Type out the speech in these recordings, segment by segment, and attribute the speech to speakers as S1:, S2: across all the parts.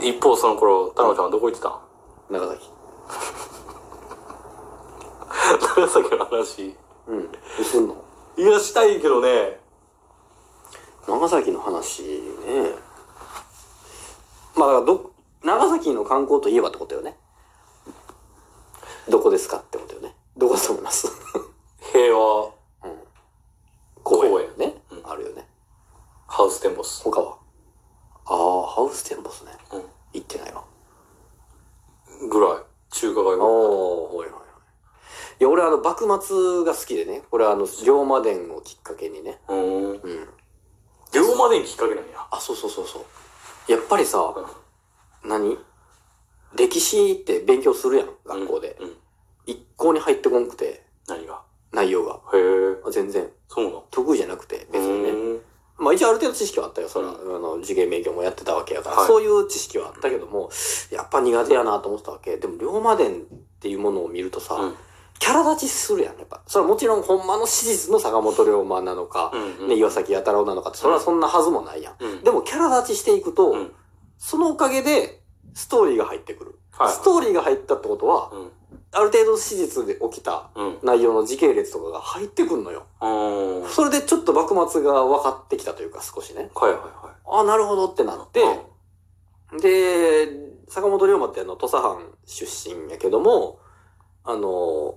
S1: 一方その頃、太郎ちゃんはどこ行ってたん
S2: 長崎。
S1: 長崎の話。
S2: うん。どうすんの
S1: いや、したいけどね。
S2: 長崎の話ね。まあ、だからど、長崎の観光といえばってことよね。どこですかってことよね。どこだと思います
S1: 平和、
S2: 公園
S1: 公園
S2: ね、
S1: うん
S2: あるよね。
S1: ハウステンボス。
S2: 他はああ、ハウステンボスね。
S1: うん
S2: 行ってないわ。
S1: ぐらい。中華街ぐらい。
S2: おおはいはいはい。いや、俺あの、幕末が好きでね。俺あの、龍馬伝をきっかけにね。
S1: うーん。
S2: うん。
S1: 龍馬伝きっかけなんや。
S2: あ、そうそうそうそう。やっぱりさ、
S1: う
S2: 何歴史って勉強するやん、
S1: ん
S2: 学校で。
S1: うん。
S2: 一向に入ってこんくて、
S1: 何が
S2: 内容が。
S1: へえ。
S2: 全然。
S1: そうなの
S2: 得意じゃなくて、別にね。
S1: ね。
S2: まあ一応ある程度知識はあったよ、そら。
S1: う
S2: あの、受験勉強もやってたわけやから、
S1: はい
S2: そういう知識はあったけども、やっぱ苦手やなと思ってたわけ。でも、龍馬伝っていうものを見るとさ、
S1: うん
S2: キャラ立ちするやん、やっぱ。それはもちろん、ほんまの史実の坂本龍馬なのか、
S1: うん。
S2: ね、岩崎弥太郎なのかって、それはそんなはずもないやん。
S1: うん。
S2: でも、キャラ立ちしていくと、
S1: うん
S2: そのおかげで、ストーリーが入ってくる。
S1: はい
S2: ストーリーが入ったってことは、
S1: うん。
S2: ある程度史実で起きた
S1: うん。
S2: 内容の時系列とかが入ってくんのよ。
S1: うん。はい
S2: それでちょっと幕末が分かってきたというか少しね。
S1: はいは
S2: あ、なるほどってないっ。て、で、坂本龍馬ってあの、土佐藩出身やけども、あの、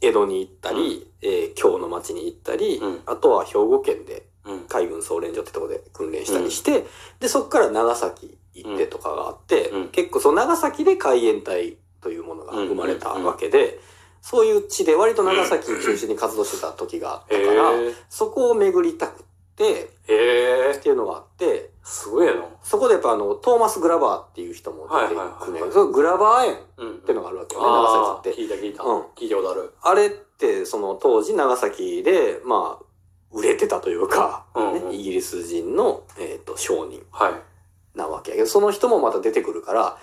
S2: 江戸に行ったり、えー京の町に行ったり、
S1: うん
S2: あとは兵庫県で
S1: うん。うん。
S2: 海軍総練所ってとこで訓練したりして、で、そっから長崎行ってとかがあって、
S1: うん
S2: 結構その長崎で海援隊というものが生まれたわけで、そういう地で割と長崎を中心に活動してた時があった
S1: へ
S2: から、
S1: え。
S2: そこを巡りたくって、
S1: へえ
S2: っ。ていうのがあって、
S1: すごいな。
S2: そこでやっぱあの、トーマス・グラバーっていう人も出て
S1: はい
S2: く
S1: はい
S2: ね
S1: はいは。い
S2: そのグラバー園っ
S1: うん。って
S2: のがあるわけよね、長
S1: ああ
S2: 崎って。
S1: 聞いた聞いた。
S2: うん
S1: 聞いたことある。
S2: あれって、その当時長崎で、まあ、売れてたというか、
S1: うんうん
S2: ねイギリス人の、えっ、と、商人
S1: はい。
S2: なわけやけど、その人もまた出てくるから、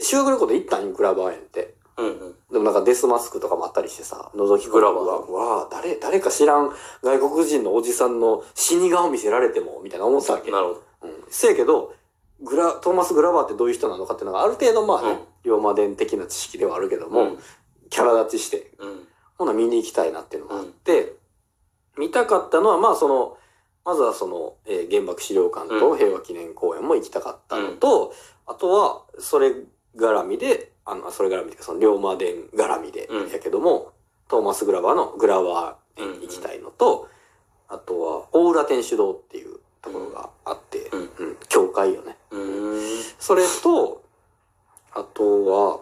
S2: 修学旅行で行ったんよ、グラバー園って。
S1: うんうん。
S2: でもなんかデスマスクとかもあったりしてさ、覗き込む
S1: グラバー
S2: うわうわ、誰、誰か知らん外国人のおじさんの死に顔見せられても、みたいな思ってたわけ。
S1: なるほど。
S2: うん。せやけど、グラ、トーマス・グラバーってどういう人なのかっていうのがある程度まあね、龍馬伝的な知識ではあるけども、キャラ立ちして、
S1: うん。うん。
S2: ほな見に行きたいなっていうのがあって、見たかったのは、まあその、まずはその、えー原爆資料館
S1: う
S2: と
S1: ん
S2: 平和記念公園も行きたかったのと、あとは、それ絡みで、あの、それ絡みというか、その龍馬伝絡みで
S1: うん、
S2: やけども、トーマス・グラバーのグラワー園行きたいのと、あとは、大浦天主堂っていうところがあって、
S1: うん
S2: うん、教会よね。
S1: うーん。
S2: それと、あとは、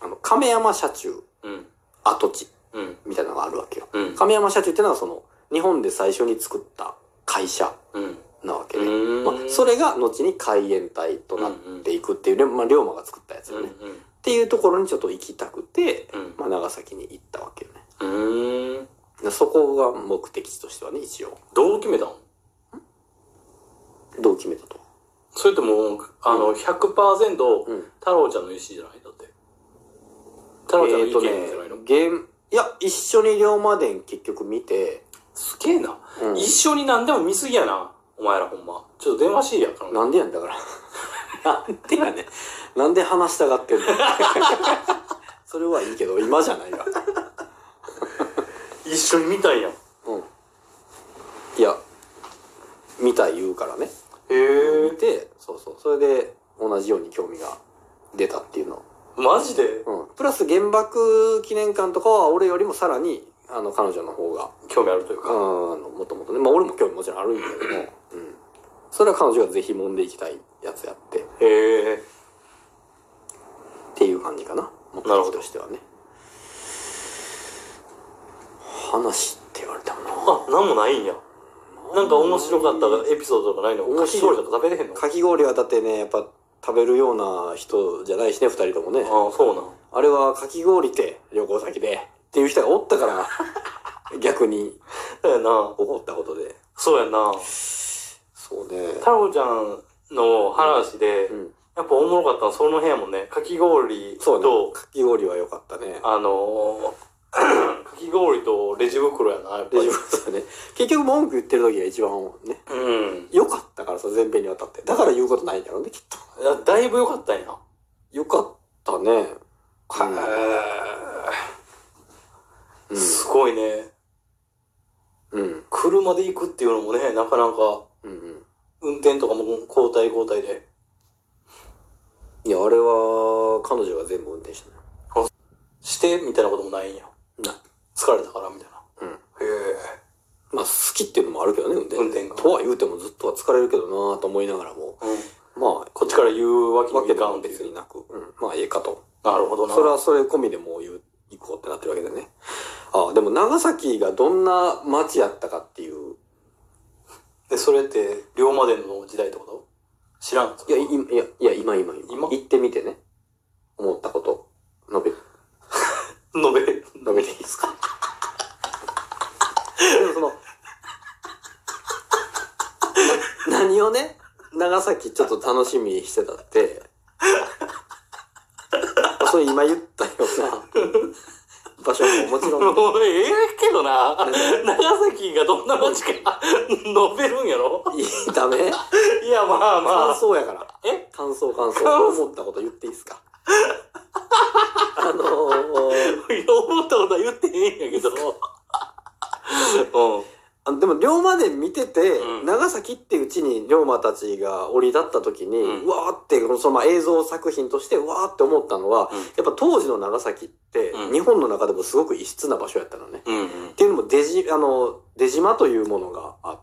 S2: あの、亀山社中
S1: うん。
S2: 跡地
S1: うん。
S2: みたいなのがあるわけよ。
S1: うん。
S2: 亀山社中ってのはその、日本で最初に作った会社
S1: うん。
S2: なわけで、
S1: うん。
S2: まあ、それが後に海援隊となっていくっていう、でまあ、龍馬が作ったやつ
S1: う
S2: よ
S1: ん
S2: ね、っていうところにちょっと行きたくて、
S1: うん。
S2: まあ、長崎に行ったわけよね。
S1: うん。うん。
S2: でそこが目的地としてはね、一応。
S1: どう決めたの
S2: どう決めたと。
S1: それとも、あの、100%、
S2: うん。
S1: 太郎ちゃんの意思じゃないだって。太郎ちゃんの
S2: え
S1: 意
S2: ーと
S1: 見じゃないの、
S2: ね、ゲーム、いや、一緒に龍馬伝結局見て、
S1: すげえな。
S2: うん
S1: 一緒に何でも見すぎやな。お前らほんま。ちょっと電話しいやから。
S2: なんでやんだから。 なんでやねん。なんで話したがってんの それはいいけど、今じゃないわ。
S1: 一緒に見たんや。へ
S2: うん。いや、見たい言うからね。
S1: え
S2: 見。て、そうそう。それで、同じように興味が出たっていうの。
S1: マジで
S2: うん。プラス原爆記念館とかは、俺よりもさらに、あの、彼女の方が、
S1: 興味あるという
S2: あ
S1: か。
S2: の、もともとね。まあ、俺も興味もちろんあるんだけども、うん。それは彼女がぜひ揉んでいきたいやつやって。
S1: へえ。
S2: っていう感じかな目
S1: なるほ
S2: 的
S1: ど
S2: としてはね話って言われてもな
S1: あ、なんもないんや。なんか面白かったエピソードとかないの
S2: 面
S1: かき
S2: 白い
S1: 氷とか食べれへんのあ
S2: かき氷はだってねやっぱ食べるような人じゃないしね2人ともね
S1: あ、そうなん。
S2: あれはかき氷って旅行先でっていう人がおったから逆に
S1: そうやな。
S2: 怒ったことで
S1: そうやな。
S2: そうね
S1: 太郎ちゃんの話で、
S2: うん
S1: やっぱおもろかったのはその辺やもんね。かき氷
S2: そうね
S1: と、
S2: かき氷は良かったね
S1: あのー かき氷とレジ袋やな、やっぱ
S2: レジ
S1: り。
S2: 袋だね。結局文句言ってる時が一番ね、
S1: うん。
S2: 良かったからさ、前編にわたって。だから言うことないんだろうね、きっと。
S1: いやだいぶ良かったんや。
S2: 良かったね。
S1: へーすごいね。
S2: うん。うん。
S1: 車で行くっていうのもね、なかなか、
S2: うんうん。
S1: 運転とかも交代交代で。
S2: いや、あれは、彼女が全部運転したのよ。
S1: して、みたいなこともないんや。
S2: ない
S1: 疲れたから、みたいな。
S2: うん。
S1: へ
S2: まあ、好きっていうのもあるけどね、運転。
S1: 運転が
S2: とは言うてもずっとは疲れるけどなぁと思いながらも、
S1: え。うん。
S2: まあ、
S1: こっちから言うわけに
S2: わ
S1: も
S2: け
S1: い
S2: で
S1: か
S2: も
S1: ん
S2: 別
S1: 別
S2: に
S1: に。
S2: なく、うん、まあ、ええかと。
S1: なるほどな。
S2: それはそれ込みでもう言う行こうってなってるわけでね。ああ、でも長崎がどんな街やったかっていう、
S1: で、それって、龍馬伝の時代ってこと知らん。
S2: いや、いいや、いや、今今今。
S1: 今
S2: 行ってみてね。思ったこと。述べ、
S1: 述べる。
S2: 述べていいですかでもその、な何をね、長崎ちょっと楽しみにしてたって、それ今言ったような場所ももちろん、
S1: もうええけどな。長崎がどんな街か述べるんやろ
S2: いい、ダメ
S1: いや、まあま
S2: 感
S1: あ。
S2: 想やから。
S1: え
S2: 感想感
S1: 感
S2: 想。
S1: 想
S2: 思ったこと言っていいですかあのー
S1: いや思ったことは言ってへんやけど。うん。
S2: あの、でも龍馬伝見てて、
S1: うん
S2: 長崎ってうちに龍馬たちが降り立った時に、
S1: うん
S2: うわーって、そのまあ映像作品としてうわーって思ったのは、
S1: うん
S2: やっぱ当時の長崎って、
S1: うん
S2: 日本の中でもすごく異質な場所やったのね。
S1: うん
S2: っていうのも出じ、あの、出島というものがあっ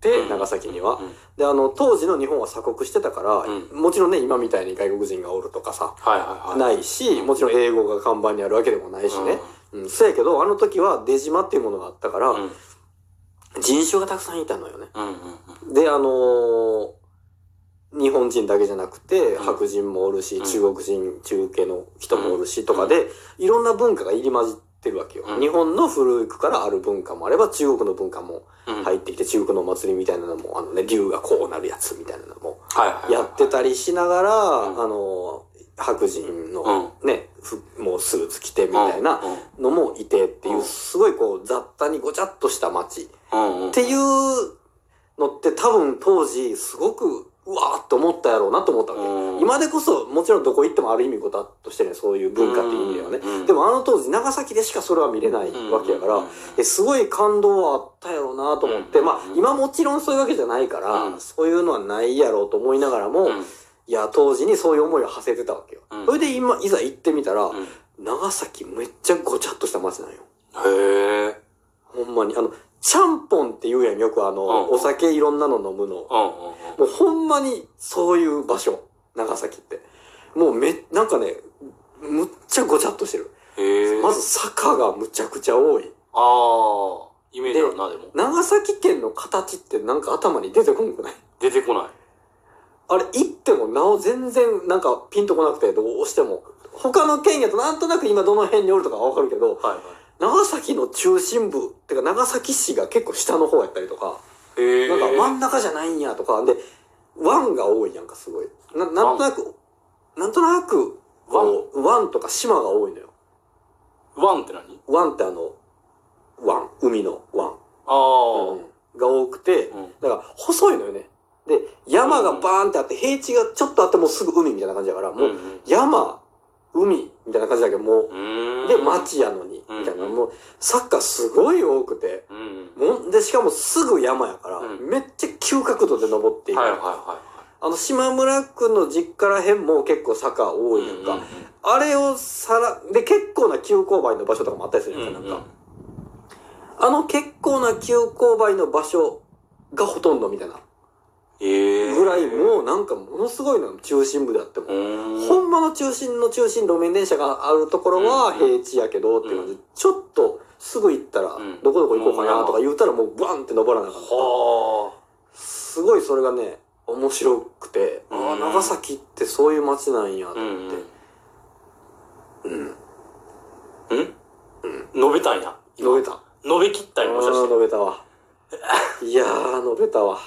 S2: て、
S1: うん
S2: 長崎には
S1: う。ん。
S2: で、あの、当時の日本は鎖国してたから、
S1: う
S2: もちろんね、今みたいに外国人がおるとかさ、
S1: はいはいはい。
S2: ないし、もちろん英語が看板にあるわけでもないしね。うん、そやけど、あの時は出島っていうものがあったから、
S1: うん。うん。
S2: 人種がたくさんいたのよね。
S1: うんうん
S2: で、あのー日本人だけじゃなくて、
S1: うん
S2: 白人もおるし、
S1: うん
S2: 中国人、中系の人もおるし、とかで、いろんな文化が入り混じってるわけよ。
S1: うん
S2: 日本の古くからある文化もあれば、中国の文化も
S1: うん。うん
S2: 入ってきて、中国のお祭りみたいなのも、あのね、竜がこうなるやつみたいなのも、
S1: はいはいはい。
S2: やってたりしながら、
S1: ん
S2: あのー白人のね、ふもうスーツ着てみたいな
S1: うん。
S2: のもいてっていうう、
S1: ん
S2: すごいこう、雑多にごちゃっとした街。
S1: うんうん。
S2: っていうのって多分当時すごくうわーっと思ったやろうなと思ったわけ。
S1: うん
S2: 今でこそもちろんどこ行ってもある意味ごたっとしてね、そういう文化っていう意味ではね
S1: うん。
S2: でもあの当時長崎でしかそれは見れないわけやから、えすごい感動はあったやろうなと思って、
S1: うん
S2: まあ今もちろんそういうわけじゃないから、
S1: うん
S2: そういうのはないやろうと思いながらも、
S1: うん
S2: いや当時にそういう思いを馳せてたわけよ。
S1: うん
S2: それで今、いざ行ってみたら、
S1: うん
S2: 長崎めっちゃごちゃっとした街なんよ。
S1: へえ。
S2: ほんまに。あの、ちゃんぽんって言うやん、よくあの、
S1: うん
S2: お酒いろんなの飲
S1: うん
S2: むの。も
S1: うんうん。
S2: うほんまにそういう場所。長崎って。もうめ、なんかね、むっちゃごちゃっとしてる。
S1: へえ。
S2: まず坂がむちゃくちゃ多い。
S1: ああ、イメージあるな、でも。
S2: 長崎県の形ってなんか頭に出てこんくない
S1: 出てこない。
S2: あれ行ってもなお全然なんかピンとこなくて、どうしても。他の県やとなんとなく今どの辺におるとかわかるけど、
S1: は
S2: 長崎の中心部、てか長崎市が結構下の方やったりとか。
S1: いはい。へえ。
S2: なんか真ん中じゃないんやとか、で、湾が多いやんか、すごい。ななんとなく、なんとなく、こう湾とか島が多いのよ。
S1: ワンって何
S2: 湾ってあの、湾、海の湾、
S1: ああ。
S2: うんが多くて、
S1: うん
S2: だから細いのよね。で、山がバーンってあって、平地がちょっとあってもうすぐ海みたいな感じだから、もう山、海みたいな感じだけど、も
S1: うん。
S2: う、で、。町やのに、みたいな、
S1: うん
S2: もう、サッカーすごい多くて、
S1: うん。
S2: もんで、しかもすぐ山やから、
S1: うん
S2: めっちゃ急角度で登っていく。
S1: はいはいは
S2: あの、島村くんの実家らへんも結構坂多
S1: い。
S2: いやんか。あれをさら、で、結構な急勾配の場所とかもあったりするやんか、なんか。あの結構な急勾配の場所がほとんどみたいな。
S1: ええ。
S2: ぐらい、もうなんかものすごいの、中心部であっても。
S1: うん。
S2: ほんまの中心の中心、路面電車があるところは
S1: うん
S2: 平地やけどっていう感じで、ちょっとすぐ行ったら
S1: うん、
S2: どこどこ行こうかなとか言うたらもうバンって登らなかった。
S1: は
S2: すごいそれがね、面白くて、あ
S1: う
S2: あ、
S1: ん
S2: 長崎ってそういう街なんや
S1: あ。
S2: と
S1: う
S2: 思
S1: ん
S2: って。。
S1: うん述べたんや。
S2: 述べた。あ
S1: 述べきったんや、もしか
S2: あ、
S1: して。
S2: 述べたわ。いやー、述べたわ。